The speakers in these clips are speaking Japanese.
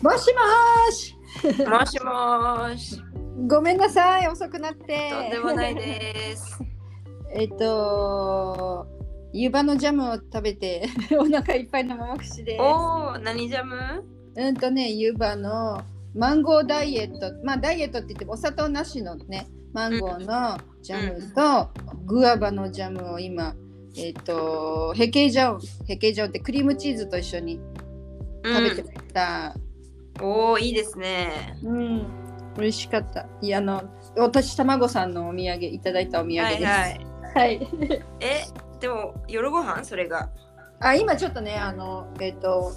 もしもーし。もしもーし。ごめんなさい、遅くなって。とんでもない です。 えっと、湯葉のジャムを食べて、 お腹いっぱいのまま口です。おお、何ジャム？うんとね、湯葉のマンゴーダイエット、まあダイエットって言ってもお砂糖なしのね、マンゴーのジャムとグアバのジャムを今、えっと、ヘケジャオン、ヘケジャオンってクリームチーズと一緒にう食べてん、ました。おお、いいですね。うん、美味しかった。いや、あの、私、卵さんのお土産、いただいたお土産はでいす。はい。はい。え、でも夜ご飯それが。あ、今ちょっとね、あの、えっ、と。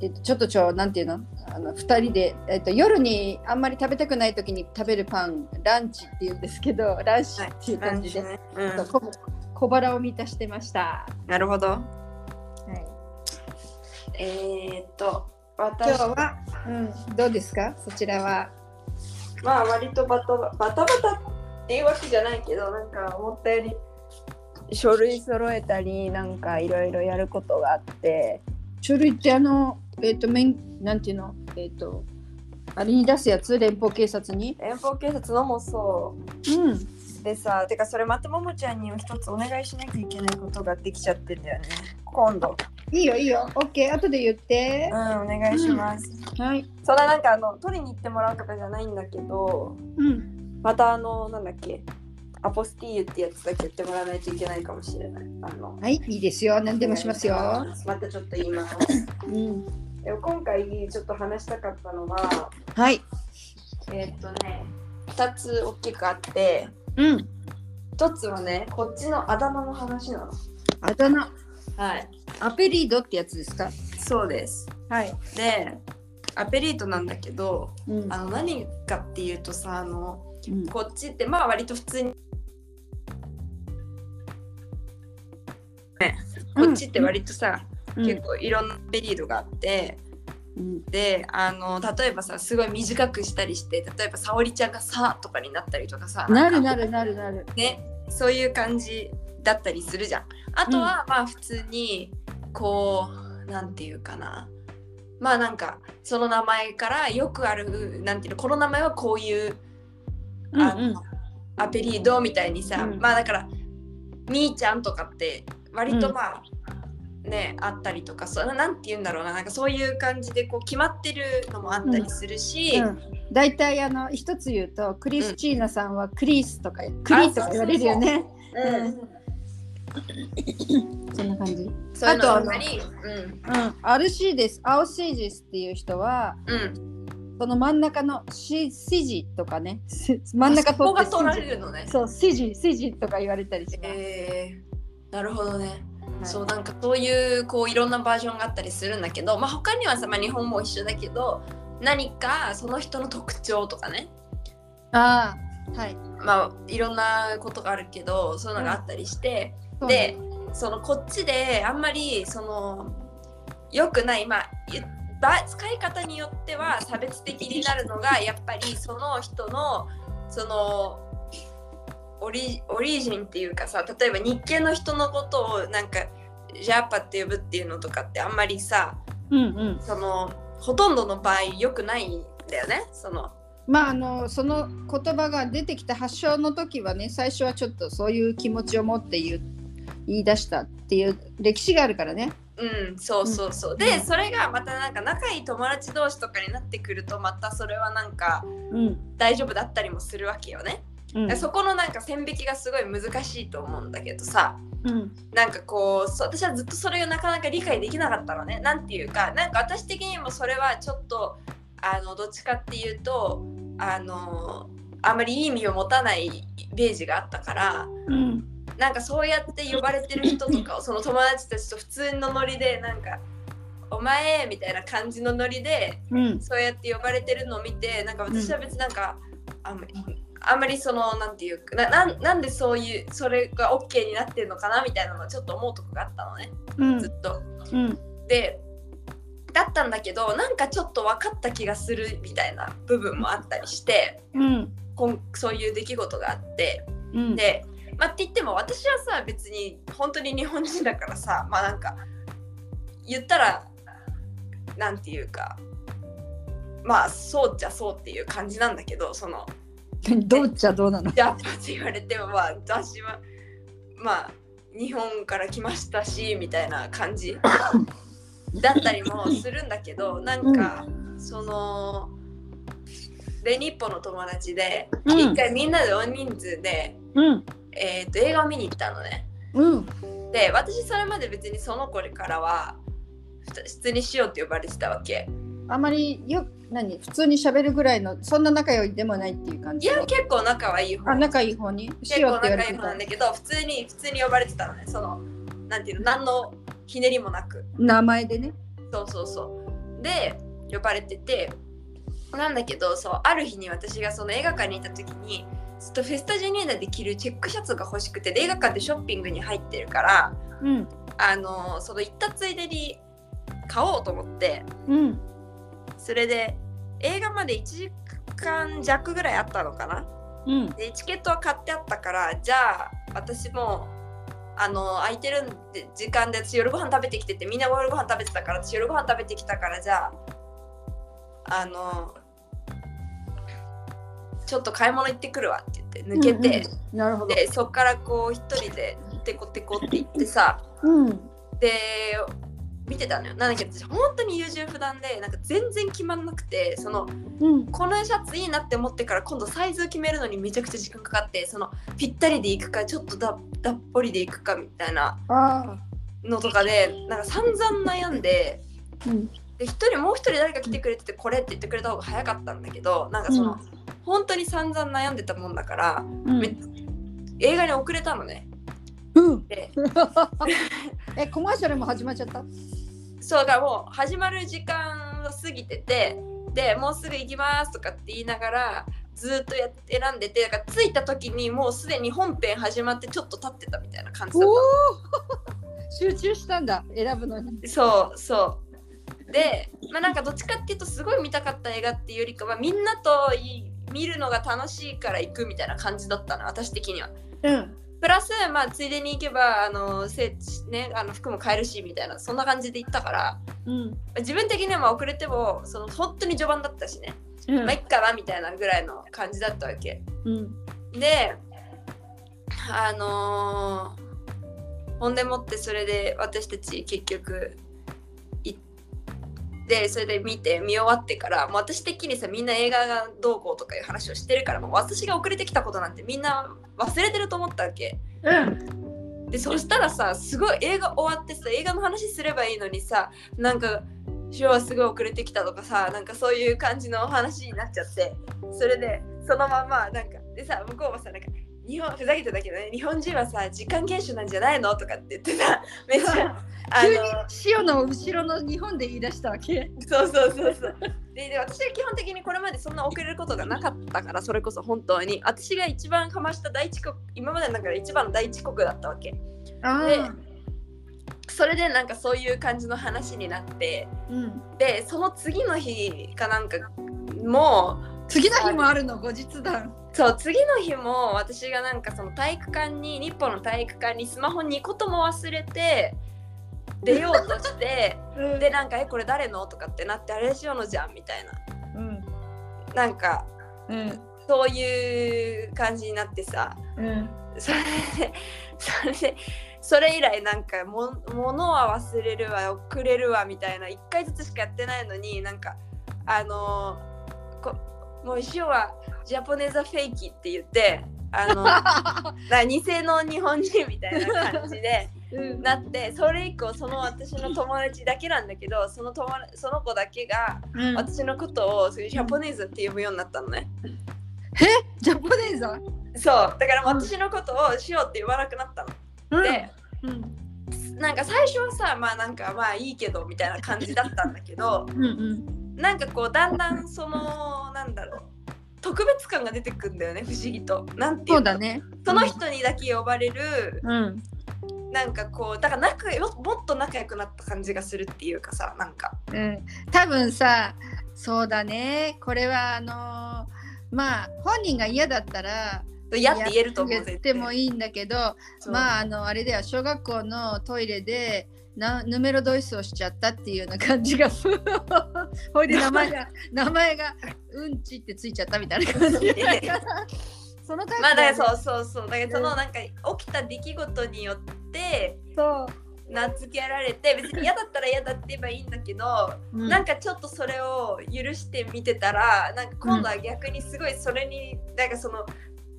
えっ、と、ちょっとちょ、なんていうの、あの、二人で、えっ、と、夜にあんまり食べたくない時に食べるパン。ランチって言うんですけど、ランチっていう感じで、ね。うちょっと小小腹を満たしてました。ん、なるほど。はい。えー、っと、今私日は、うん、どうですか、そちらは。まあ割とバタババタバタっていうわけじゃないけど、なんか思ったより。書類揃えたりなんかいろいろやることがあって書類って、あの、えっ、と、免、なんていうの、えっ、と。あれに出すやつ、連邦警察に。遠方警察のもそううん。でさてかそれまたももちゃんにも一つお願いしなきゃいけないことができちゃってんだよね今度いいよ、いいよ、オッケー、後で言っうてん。お願いします、はい。そんななんかあの取りに行ってもらうとかじゃないんだけどうん。またあのなんだっけアポスティーユってやつだけやってもらわないといけないかもしれないあのはい、いいですよ、何でもしますおよ願い。しますまたちょっと言いますうん。でも今回ちょっと話したかったのははい。えーっとね2つ大きくあってうん。 1つはねこっちのあだ名の話なのあだ名、はいアペリードってやつですか。そうですはい。でアペリートなんだけどうん。あの何かっていうとさあのうんこっちってまあ割と普通にこっちって割とさ、結構いろんなアペリードがあって、うん。であの例えばさすごい短くしたりして例えば沙織ちゃんが「さ」とかになったりとかさなるんなかるなるなる。ねそういう感じだったりするじゃん。あとは、まあ普通にこうなんていうかなまあなんかその名前からよくあるなんていうのこの名前はこういううんあのアペリードみたいにさ、うんまあだからみーちゃんとかって割うとんまあ、ねあったりとかそうなんて言うんだろうななんかそういう感じでこう決まってるのもあったりするし、うん。だいたいあの一つ言うとクリスチーナさんはクリスとかクリとか言われるよね。うんそんな感じ。うん。そういうのがああとったりうんアルシーです。アオシージスっていう人はうんその真ん中のシシジとかね。す真ん中そこ取がって取らシれジるのね。そうシジシジとか言われたりします。えー、なるほどね、はいそうなんかそういうこういろんなバージョンがあったりするんだけど、まあ、他にはさ、まあ、日本も一緒だけど何かその人の特徴とかねああはい。まあいろんなことがあるけどそういうのがあったりして、そうねでそのこっちであんまりその良くないまあ言っば使い方によっては差別的になるのがやっぱりその人のそのオリオリジンっていうかさ例えば日系の人のことをなんかジャパって呼ぶっていうのとかってあんまりさうんうん。そのほとんどの場合良くないんだよねそのまああのその言葉が出てきた発祥の時はね最初はちょっとそういう気持ちを持って言う言い出したっていう歴史があるからね。うん、そうそうそう。で、それがまたなんか仲いい友達同士とかになってくると、またそれはなんかうん大丈夫だったりもするわけよね。うんそこのなんか線引きがすごい難しいと思うんだけどさ、うんなんかこう、そう私はずっとそれがなかなか理解できなかったのね。なんていうか、なんか私的にもそれはちょっと、あの、どっちかっていうと、あの、あまりいい意味を持たないイメージがあったから、うんなんかそうやって呼ばれてる人とかをその友達たちと普通のノリでなんか「お前」みたいな感じのノリでうんそうやって呼ばれてるのを見てなんか私は別になんか、あんまりあんまりそのなんていうかななんなんでそういうそれが OK になってるのかなみたいなのをちょっと思うとこがあったのねうんずっと。うんでだったんだけどなんかちょっと分かった気がするみたいな部分もあったりしてうんこんそういう出来事があって。うんで、まあ、って言っても私はさ別に本当に日本人だからさまあなんか言ったらなんていうかまあそうっちゃそうっていう感じなんだけどその どうっちゃどうなのジャパって言われてもまあ私はまあ日本から来ましたしみたいな感じだったりもするんだけどなんか、そので日本の友達でうん一回みんなで大人数で、うんえー、と映画を見に行ったのね。うんで私それまで別にその子からはふた普通にしようって呼ばれてたわけ。あまりよ何普通に喋るぐらいのそんな仲良いでもないっていう感いじや結構仲はいい方あ仲いい方に結しよう構って仲言われいてい方たなんだけど普通に普通に呼ばれてたのねそのなんていうの何のひねりもなく名前でねそうそうそうで呼ばれててなんだけどそうある日に私がその映画館にいた時にちょっとフェスタジェニーナで着るチェックシャツが欲しくてで映画館でショッピングに入ってるからうんあのその行ったついでに買おうと思ってうんそれで映画まで1時間弱ぐらいあったのかなうんでチケットは買ってあったからじゃあ私もあの空いてるんで時間で私夜ご飯食べてきててみんな夜ご飯食べてたから私夜ご飯食べてきたからじゃああのちょっと買い物行ってくるわって言って抜けて、なるほどでそっからこう一人でテコテコって行ってさうんで見てたのよなんだけど私本当に優柔不断でなんか全然決まんなくてそのうんこのシャツいいなって思ってから今度サイズ決めるのにめちゃくちゃ時間かかってそのぴったりでいくかちょっとだだっぽりでいくかみたいなあのとかでなんか散々悩んでーうんで一人もう一人誰か来てくれててこれって言ってくれた方が早かったんだけどなんかその、うん本当に散々悩んでたもんだからうん映画に遅れたのねうんでえコマーシャルも始まっちゃったそうだからもう始まる時間が過ぎててでもうすぐ行きますとかって言いながらずっとやって選んでてだから着いた時にもうすでに本編始まってちょっと経ってたみたいな感じだっおたお 集中したんだ選ぶのにそうそうでまあなんかどっちかっていうとすごい見たかった映画っていうよりかはみんなとい見るのが楽しいから行くみたいな感じだったの私的にはうんプラスまあついでに行けばあのせねあの服も買えるしみたいなそんな感じで行ったからうん自分的には遅れてもその本当に序盤だったしねうまあいっかなみたいなぐらいの感じだったわけうんであのーほんでもってそれで私たち結局行ってそれで見て見終わってからもう私的にさみんな映画がどうこうとかいう話をしてるからもう私が遅れてきたことなんてみんな忘れてると思ったわけうんでそしたらさすごい映画終わってさ映画の話すればいいのにさなんか今日はすごい遅れてきたとかさなんかそういう感じの話になっちゃってそれでそのままなんかでさ向こうもさなんか日本ふざけてたけどね日本人はさ時間厳守なんじゃないのとかって言って さめっちゃ あ急にの塩の後ろの日本で言い出したわけそうそうそうそう。でで私は基本的にこれまでそんな遅れることがなかったからそれこそ本当に私が一番かました第一国今までの中で一番の第一国だったわけあでそれでなんかそういう感じの話になってうんでその次の日かなんかも次の日もあるの後日談うそう次の日も私がなんかその体育館に日本の体育館にスマホ2個とも忘れて出ようとしてでなんか「えこれ誰の?」とかってなって「あれしようのじゃん」みたいなうんなんかうんそういう感じになってさうんそれでそれでそれ以来なんかも物は忘れるわ遅れるわみたいな1回ずつしかやってないのになんかあのーこもう一生はジャポネザフェイキって言ってあ のな偽の日本人みたいな感じでうんなってそれ以降その私の友達だけなんだけどその友達その子だけがうん私のことをそういうジャポネーズって呼ぶようになったのね。ジャポネーザそうだから私のことをしようって言わなくなったの。でうんなんか最初はさまあなんかまあいいけどみたいな感じだったんだけどうんうんなんかこうだんだんそのなんだろう特別感が出てくんだよね不思議と。なんていそううのだねその人にだけ呼ばれるうんなんかこうだから仲よもっと仲良くなった感じがするっていうかさなんかうん多分さそうだねこれはあのーまあ本人が嫌だったら嫌って言えると思う言ってもいいいんだけどあまああのあれでは小学校のトイレでなヌメロドイスをしちゃったっていうような感じが ほいで名前 が名前がうんちってついちゃったみたいな感じそのタイプまあだだよねからそうそうそうだからそのなんか起きた出来事によってそ名付けられて別に嫌だったら嫌だって言えばいいんだけどう、うんなんかちょっとそれを許して見てたらなんか今度は逆にすごいそれに、なんかその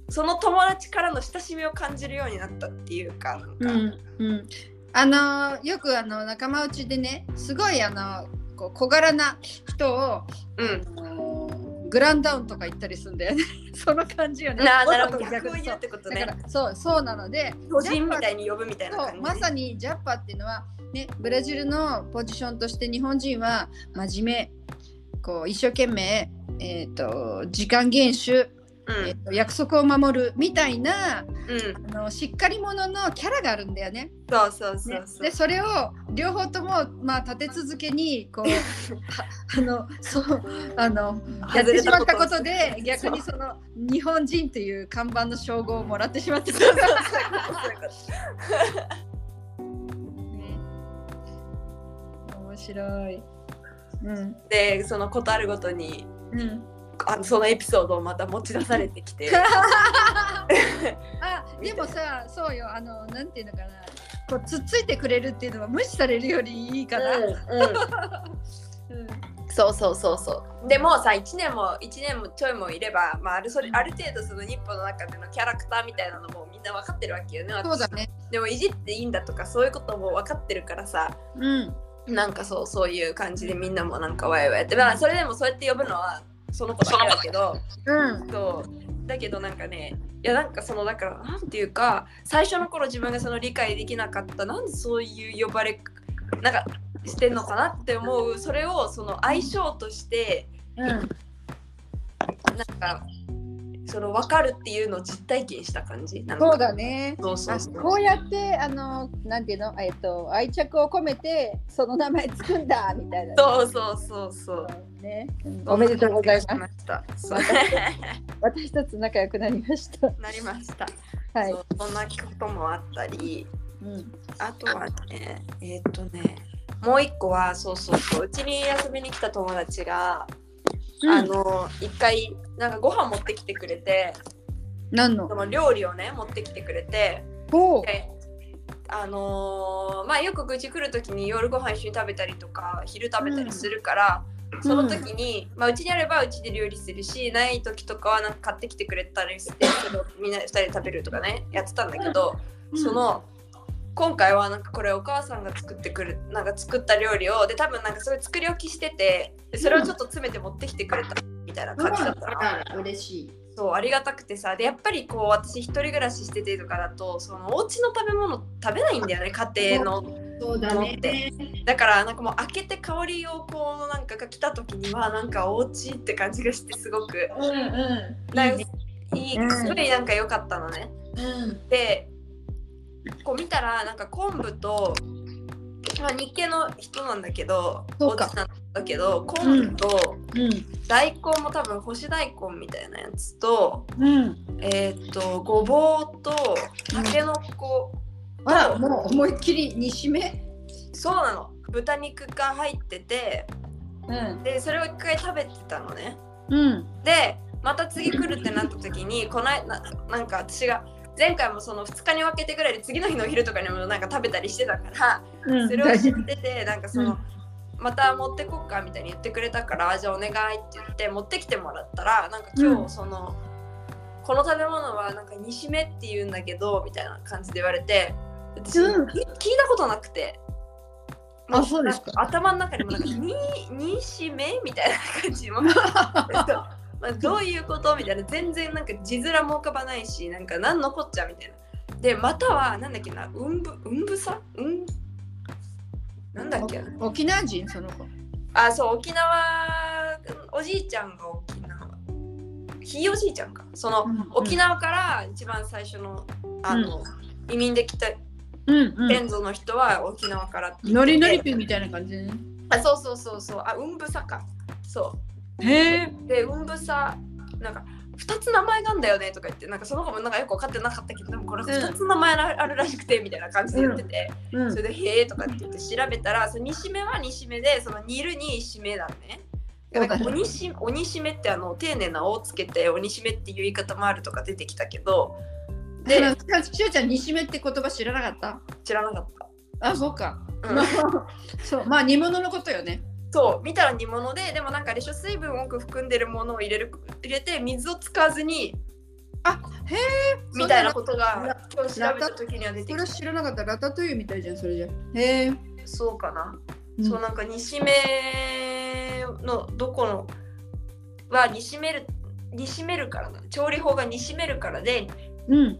その友達からの親しみを感じるようになったっていうかなんか、うんうん、あのーよくあの仲間内でねすごいあのーこう小柄な人を、うんあのーグランダウンとか行ったりするんだよね その感じよね。なあなるほどもっと逆逆を言うってことだかねらそうそうなので巨人みたいに呼ぶみたいなそう感じまさにジャッパっていうのは、ね、ブラジルのポジションとして日本人は真面目こう一生懸命、えー、と時間厳守、えーと約束を守るみたいなうん、うん、あのしっかり者のキャラがあるんだよね。そうそうそねうそう、でそれを両方とも、まあ、立て続けに こうはあのそうあのやってしまったことで逆にその日本人という看板の称号をもらってしまってた。ね 面白い。うん。でそのことあるごとにうん。あのそのエピソードをまた持ち出されてきてあ、でもさ、そうよ、あの、なんていうのかな。こう、つっついてくれるっていうのは無視されるよりいいかな。うん。そうそうそうそうでもさ1年も1年もちょいもいれば、まあ、あるそれある程度その日本の中でのキャラクターみたいなのもみんな分かってるわけよね私そうだね。でもいじっていいんだとかそういうことも分かってるからさうん。なんかそうそういう感じでみんなもなんかワイワイやって、まあ、それでもそうやって呼ぶのはその子だけだけどうん。そうだけどなんかねいやなんかそのだからなんていうか最初の頃自分がその理解できなかったなんでそういう呼ばれなんかしてんのかなって思うそれをその相性としてうん。なんかその分かるっていうのを実体験した感じなんかそうだね。そうそあうそうこうやってあのなんていうのえっ、と愛着を込めてその名前つくんだみたいな、そうそうそうそそううね、うんおめでとうございますすま私たち仲良くなりましたなりました。はいそうそんなこともあったり、うんあとはね、えーっとね、もう一個は、そうそうそう、うちに遊びに来た友達が、あの、一回、なんかご飯持ってきてくれて、何のその料理をね、持ってきてくれて、おうで、あのーまあよく愚痴来る時に夜ご飯一緒に食べたりとか昼食べたりするから、その時に、まあうちにあればうちで料理するしない時とかはなんか買ってきてくれたりしてそれをみんな2人で食べるとかねやってたんだけど、その今回はなんかこれお母さんが作ってくるなんか作った料理をで多分なんかそれ作り置きしててでそれをちょっと詰めて持ってきてくれたみたいな感じだったの。うん嬉しいそうありがたくてさでやっぱりこう私一人暮らししててとかだとそのお家の食べ物食べないんだよね家庭のそうだ思ってね。だからなんかもう開けて香りをこうなんかが来た時にはなんかお家って感じがしてすごくうんうなんかいいうんすごいなんか良かったのねん。でこう見たらなんか昆布と、まあ、日系の人なんだけどそうかお家なんだけど昆布とうん。大根も多分干し大根みたいなやつとうん。えーっとごぼうとたけのこ、あら、もう思いっきり煮しめ。そうなの豚肉が入っててうん。でそれを一回食べてたのねうん。でまた次来るってなった時にこの間ななんか私が前回もその2日に分けてぐらいで次の日のお昼とかにもなんか食べたりしてたから、うんそれを知っててなんかその、うんまた持ってこっかみたいに言ってくれたからあじゃあお願いって言って持ってきてもらったらなんか今うん日その、この食べ物はなんか煮しめって言うんだけどみたいな感じで言われて私、うん聞いたことなくて。あそうですかなん頭の中にもなんかに「煮しめ?」みたいな感 じもえっとまあどういうことみたいな全然なんか字面も浮かばないしなんか何のこっちゃみたいなでまたはなんだっけなうんぶうんぶさうんなんだっけな沖縄人その子。あそう沖縄おじいちゃんが沖縄ひいおじいちゃんかその沖縄。縄から一番最初のあの、移民で来たうんうん。先祖の人は沖縄からって言ってノリノリピみたいな感じね。あそうそうそうそうあうんぶさかそうへえ。で、うんぶさ、なんか、 2つ名前があんだよねとか言ってなんかその子もなんかよく分かってなかったけどでもこれ2つ名前あるらしくてみたいな感じで言ってて、うんそれで「へえ」とかって言って調べたらその煮しめは煮しめでその煮るにしめなのね。そなうんだかね鬼し鬼しめってあの丁寧な「お」をつけて「鬼しめ」っていう言い方もあるとか出てきたけどででしゅうちゃん煮しめって言葉知らなかった知らなかった。あそうか、うんまあ そうまあ煮物のことよねそう見たら煮物ででもなんかあれでしょ水分多く含んでるものを入れる入れて水を使わずにあへえみたいなことがラ今日調べた時には出そてきれた知らなかったラタトゥイユみたいじゃんそれじゃへえそうかな、うんそうなんか西目のどこのは西める西めるからな調理法が西めるからでうん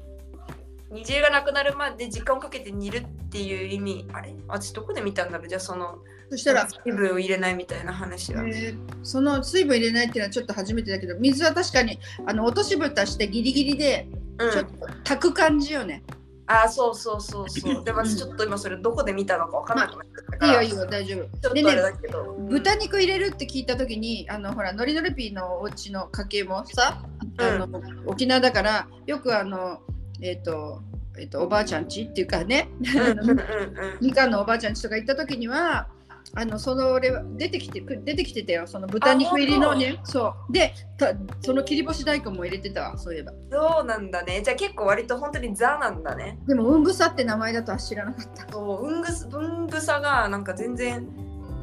煮汁がなくなるまで時間をかけて煮るっていう意味あれ私どこで見たんだろうじゃあそのそしたら、水分を入れないみたいな話は、えーその水分入れないっていうのはちょっと初めてだけど水は確かにあの落とし蓋してギリギリでうんちょっと炊く感じよね、ああそうそうそうそうで私ちょっと今それどこで見たのか分かんなくなっちゃったから、いいよいいよ大丈夫ちょっとあれだけど、豚肉入れるって聞いた時にあのほらノリノリピーのお家の家系もさ、あの沖縄だからよくあのえっ、とえっ、とおばあちゃん家っていうかねうんうんうんうん みかんのおばあちゃん家とか行った時にはあのその俺は出てきてく出てきてたよその豚肉入りのねそうでたその切り干し大根も入れてたわそういえばそうなんだねじゃあ結構割と本当にザなんだねでもうんぶさって名前だとは知らなかったそううんぐす文具さがなんか全然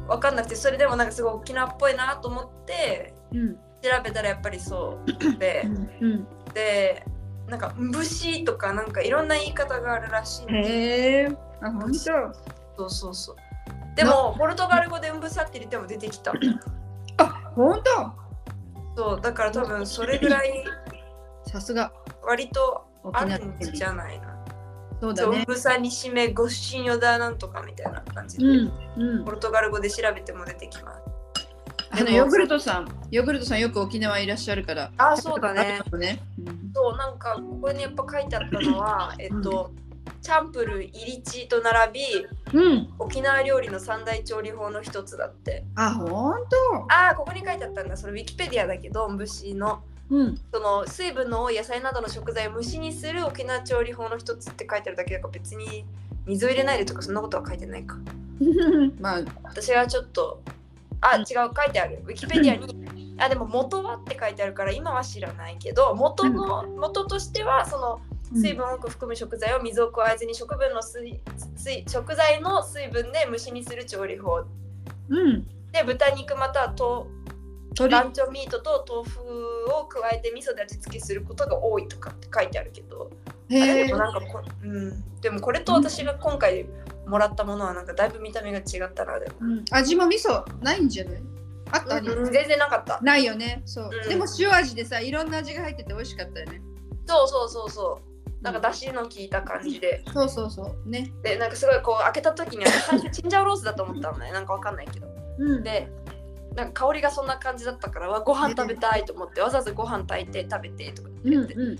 分かんなくてそれでもなんかすごい沖縄っぽいなと思ってうん調べたらやっぱりそうでうんでなんか「んぶし」とかなんかいろんな言い方があるらしいんですへえあ本当そうそうそうでもポルトガル語で「んぶさ」って入れても出てきた本当そうだから多分それぐらいさすが割とあ沖縄るんじゃないな。そうだそう、うねぶさにしめ、ごしんよだなんとかみたいな感じで、うんうんポルトガル語で調べても出てきます。あのでもヨーグルトさん、ヨーグルトさんよく沖縄いらっしゃるから。あ、そうだね。あるね。うんそう、なんかここにやっぱ書いてあったのは、えっと、チャンプルー、イリチと並び、うん。沖縄料理の三大調理法の一つだって。あ、本ああ、ここに書いてあったんだ。それウィキペディアだけど、んぶしの。当。うん。その水分の多い野菜などの食材を蒸しにする沖縄調理法の一つって書いてあるだけだから別に水を入れないでとかそんなことは書いてないか まあ、私はちょっとあうん違う書いてあるウィキペディアにあでも元はって書いてあるから今は知らないけど元の元としてはその水分を多く含む食材を水を加えずに食分の水水食材の水分で蒸しにする調理法うん。で豚肉またはと鳥。ランチョンミートと豆腐を加えて味噌で味付けすることが多いとかって書いてあるけど、あへれえでも。なんかこ、うん、でもこれと私が今回もらったものはなんかだいぶ見た目が違ったなでも、うん味も味噌ないんじゃない。あったね。うん全然なかったないよね。そうう。んでも塩味でさ、いろんな味が入ってて美味しかったよね。そうそうそうそうなんかだしの効いた感じでそうそうそう。ね。でなんかすごいこう開けた時に私最初チンジャオロースだと思ったのねなんかわかんないけどうん。でなんか香りがそんな感じだったからわご飯食べたいと思ってわざわざご飯炊いて食べてとかうん言って、うん。うん。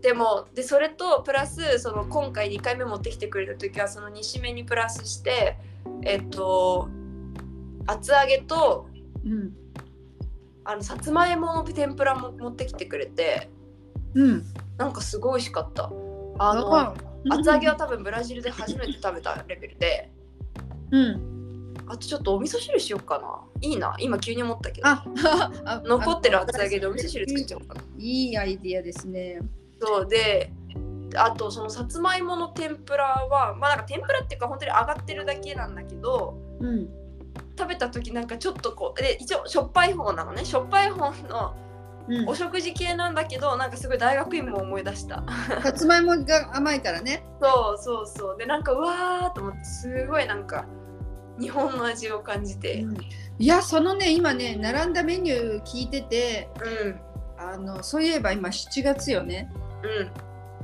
でもでそれとプラスその今回2回目持ってきてくれた時はその2し目にプラスしてえっと厚揚げとうん。あのさつまいもの天ぷらも持ってきてくれてうん。なんかすごい美味しかったあの、あ厚揚げは。多分ブラジルで初めて食べたレベルでうん。あとちょっとお味噌汁しようかないいな今急に思ったけどあ、 あ残ってる厚揚げでお味噌汁作っちゃおうかないいアイディアですね。そうであとそのさつまいもの天ぷらはまあなんか天ぷらっていうか本当に揚がってるだけなんだけどうん。食べた時なんかちょっとこうで一応しょっぱい方なのねしょっぱい方のうんお。食事系なんだけどなんかすごい大学芋を思い出したさつまいもが甘いからね。そうそうそうでなんかうわーと思ってすごいなんか日本の味を感じていやそのね今ね並んだメニュー聞いててうんあのそういえば今7月よね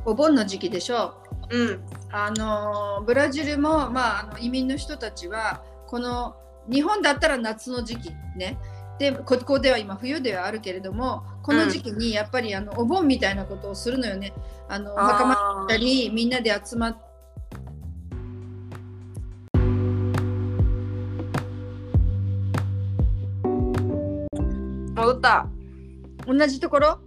うお盆の時期でしょんうんあのブラジルも、まあ、あの移民の人たちはこの日本だったら夏の時期ねでここでは今冬ではあるけれどもこの時期にやっぱりあのお盆みたいなことをするのよねあのお墓参りあったりみんなで集まって。ー戻った同じところ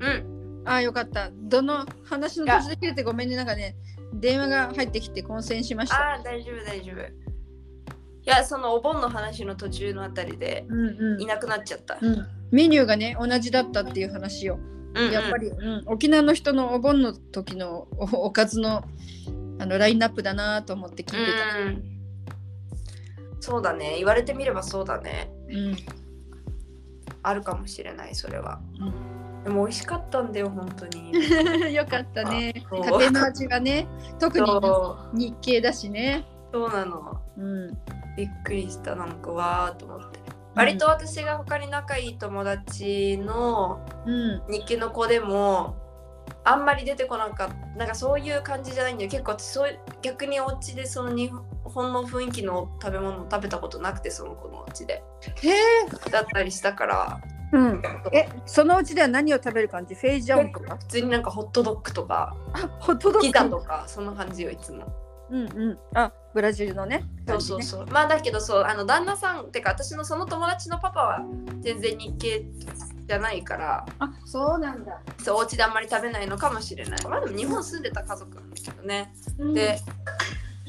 うん。ああよかった。どの話の途中で切れてごめんね。なんかね、電話が入ってきて混戦しました。ああ、大丈夫、大丈夫。いや、そのお盆の話の途中のあたりでうんういなくなっちゃった。んうん、メニューがね、同じだったっていう話を。うんうんやっぱり、うん、沖縄の人のお盆の時のおおかずのあのラインナップだなと思って聞いてた。うん。そうだね。言われてみればそうだね。うんあるかもしれない、それは。うでも美味しかったんだよ、本当 に。 よかったね。そう家庭の味がね、特にそう日系だしね。そうなの。うん、びっくりした、なんかわーと思って。割と、私が他に仲いい友達のうん、日記の子でもあんまり出てこなかったなんかそういう感じじゃないんだよ結構私そういう逆にお家でその日本の雰囲気の食べ物を食べたことなくてその子のお家でへえ、だったりしたからうん、え、そのうちでは何を食べる感じ、フェイジャンとか、普通になんかホットドッグとかあ、ホットドッグピザとかそんな感じよいつもうんうん、あ、ブラジルのね。そうそ感じうねそうまあだけどそうあの旦那さんってか私のその友達のパパは全然日系じゃないからあ、そうなんだ。そうお家であんまり食べないのかもしれないまあでも日本住んでた家族なんだけどねうんで、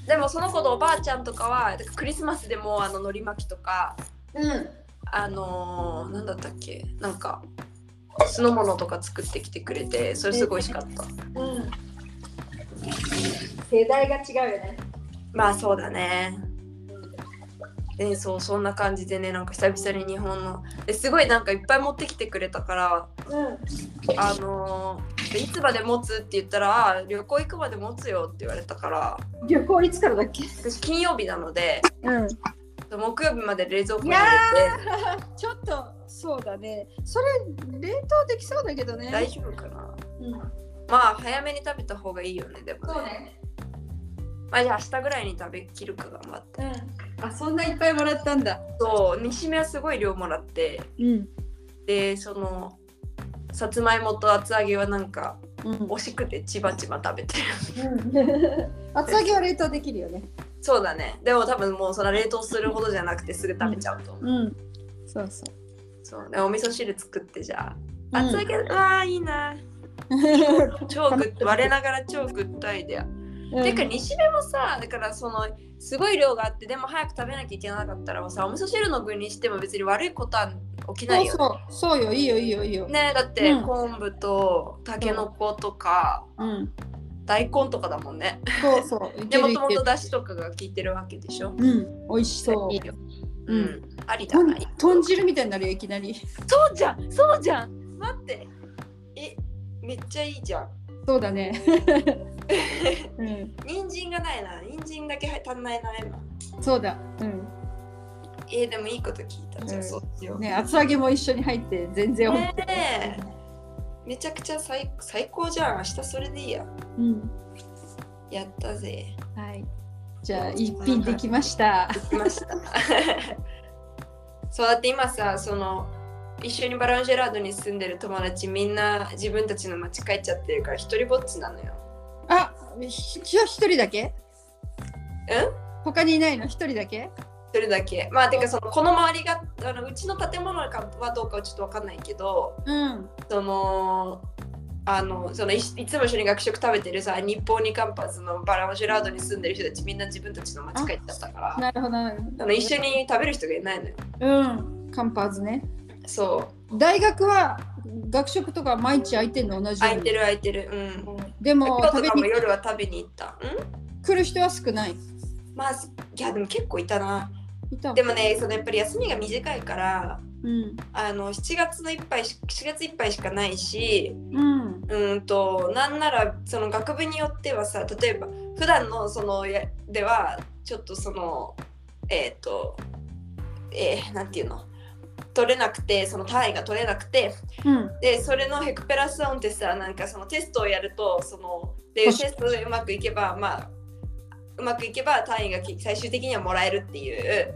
でもその子のおばあちゃんとかはだからクリスマスでもあの海苔巻きとかうん、あのー、なんだったっけなんか酢の物とか作ってきてくれてそれすごい美味しかった、うん。世代が違うよね。まあそうだねでそうそんな感じでねなんか久々に日本のですごいなんかいっぱい持ってきてくれたからうん。あのーでいつまで持つって言ったらあ旅行行くまで持つよって言われたから旅行いつからだっけ？私金曜日なのでうん。木曜日まで冷蔵庫にいや入れて。ちょっとそうだね。それ冷凍できそうだけどね。大丈夫かな、うんまあ早めに食べた方がいいよねでもねそうね。まあじゃあ明日ぐらいに食べきるか頑張ってうん。あ、そんないっぱいもらったんだ。そう煮しめはすごい量もらってうん。でそのさつまいもと厚揚げはなんかうん。惜しくてちばちば食べてる 厚揚げは冷凍できるよね。そうだねでも多分もうその冷凍するほどじゃなくてすぐ食べちゃうと思う、うん。そうそそうでお味噌汁作ってじゃうあ厚揚ん。げ、うわーいいな超グッ割れながら超グッドアイデア てか煮しめもさだからそのすごい量があってでも早く食べなきゃいけなかったらさお味噌汁の具にしても別に悪いことは起きないよねそうそうそうよいいよいいよいいよ。ねえだってうん昆布とたけのことか、うん。大根とかだもんねそうそう。いでけもるいともけとる。だしとかが効いてるわけでしょうん。美味しそうい。いよううんん、ありだ豚な豚汁みたいになるよいきなり。そうじゃんそうじゃん待ってえめっちゃいいじゃんそうだ ね。うん。人参がないな人参だけはい足んないな今そうだ。うん。えーでもいいこと聞いたじゃあ、うんそうしようね厚揚げも一緒に入って全然 OK。ねえめちゃくちゃ最最高じゃん明日それでいいやうん。やったぜはい。じゃあ一品できました。来ました そうだって今さその一緒にバランジェラードに住んでる友達みんな自分たちの町帰っちゃってるから一人ぼっちなのよあ、ひひ一人だけ？え？他にいないの一人だけ？それだけまあてかそのこの周りがあのうちの建物かはどうかはちょっとわかんないけどうん。そのあのそのいいつも一緒に学食食べてるさ日本にカンパスのバランジェラードに住んでる人たちみんな自分たちの町帰っちゃったからなるほどなるほあど。の一緒に食べる人がいないのよ。うん。カンパーズね。そ大学は学食とか毎日空いてんの同う。じよう空にいてる空いてる。うん。でも今食日とかべもに夜は食べに行った。うん来る人は少ない。まあ、すいや、でも結構いたな。いた。でもね、そのやっぱり休みが短いから、うん。あの7月のいっぱいし、7月いっぱいしかないし、うん。うんと、なんなら、その学部によってはさ、例えば、普段のそのやでは、ちょっとその、えっ、と、えー、なんていうの取れなくて、その単位が取れなくて、うん。でそれのヘクペラスオンってさなんかそのテストをやるとそのでテ確ストでうまくいけばまあうまくいけば単位がき最終的にはもらえるっていう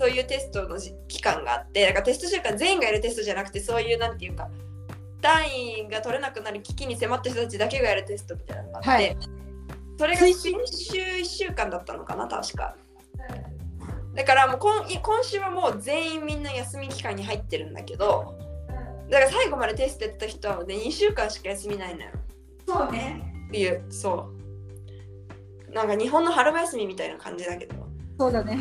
そういうテストのじ期間があってだからテスト週間全員がやるテストじゃなくてそういうなんていうか単位が取れなくなる危機に迫った人たちだけがやるテストみたいなのがあって、はいそれが先週1週間だったのかな確か。だからもう今今週はもう全員みんな休み期間に入ってるんだけどだから最後までテストやってた人は、ね、2週間しか休みないのよそうね。っていうそうなんか日本の春休みみたいな感じだけどそうだね。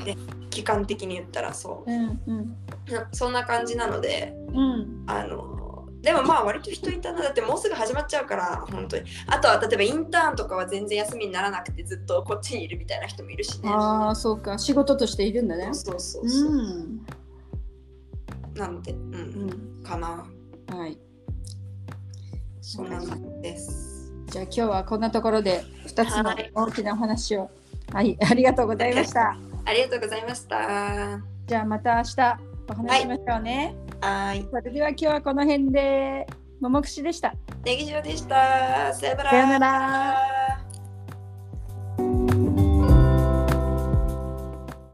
期間的に言ったらそうんうんうなそんな感じなのでうんあのでもまあ割と人いたなだってもうすぐ始まっちゃうから本当にあとは例えばインターンとかは全然休みにならなくてずっとこっちにいるみたいな人もいるしねああそうか仕事としているんだねそうそうそう、うんなのでうん、うかなんはいそんな感じですじゃあ今日はこんなところで2つのはい大きなお話をはいありがとうございましたありがとうございましたはじゃあまた明日お話ししましょうね、ーいそれでは今日はこの辺でももくしでしたネギ塩でしたさよならさよなら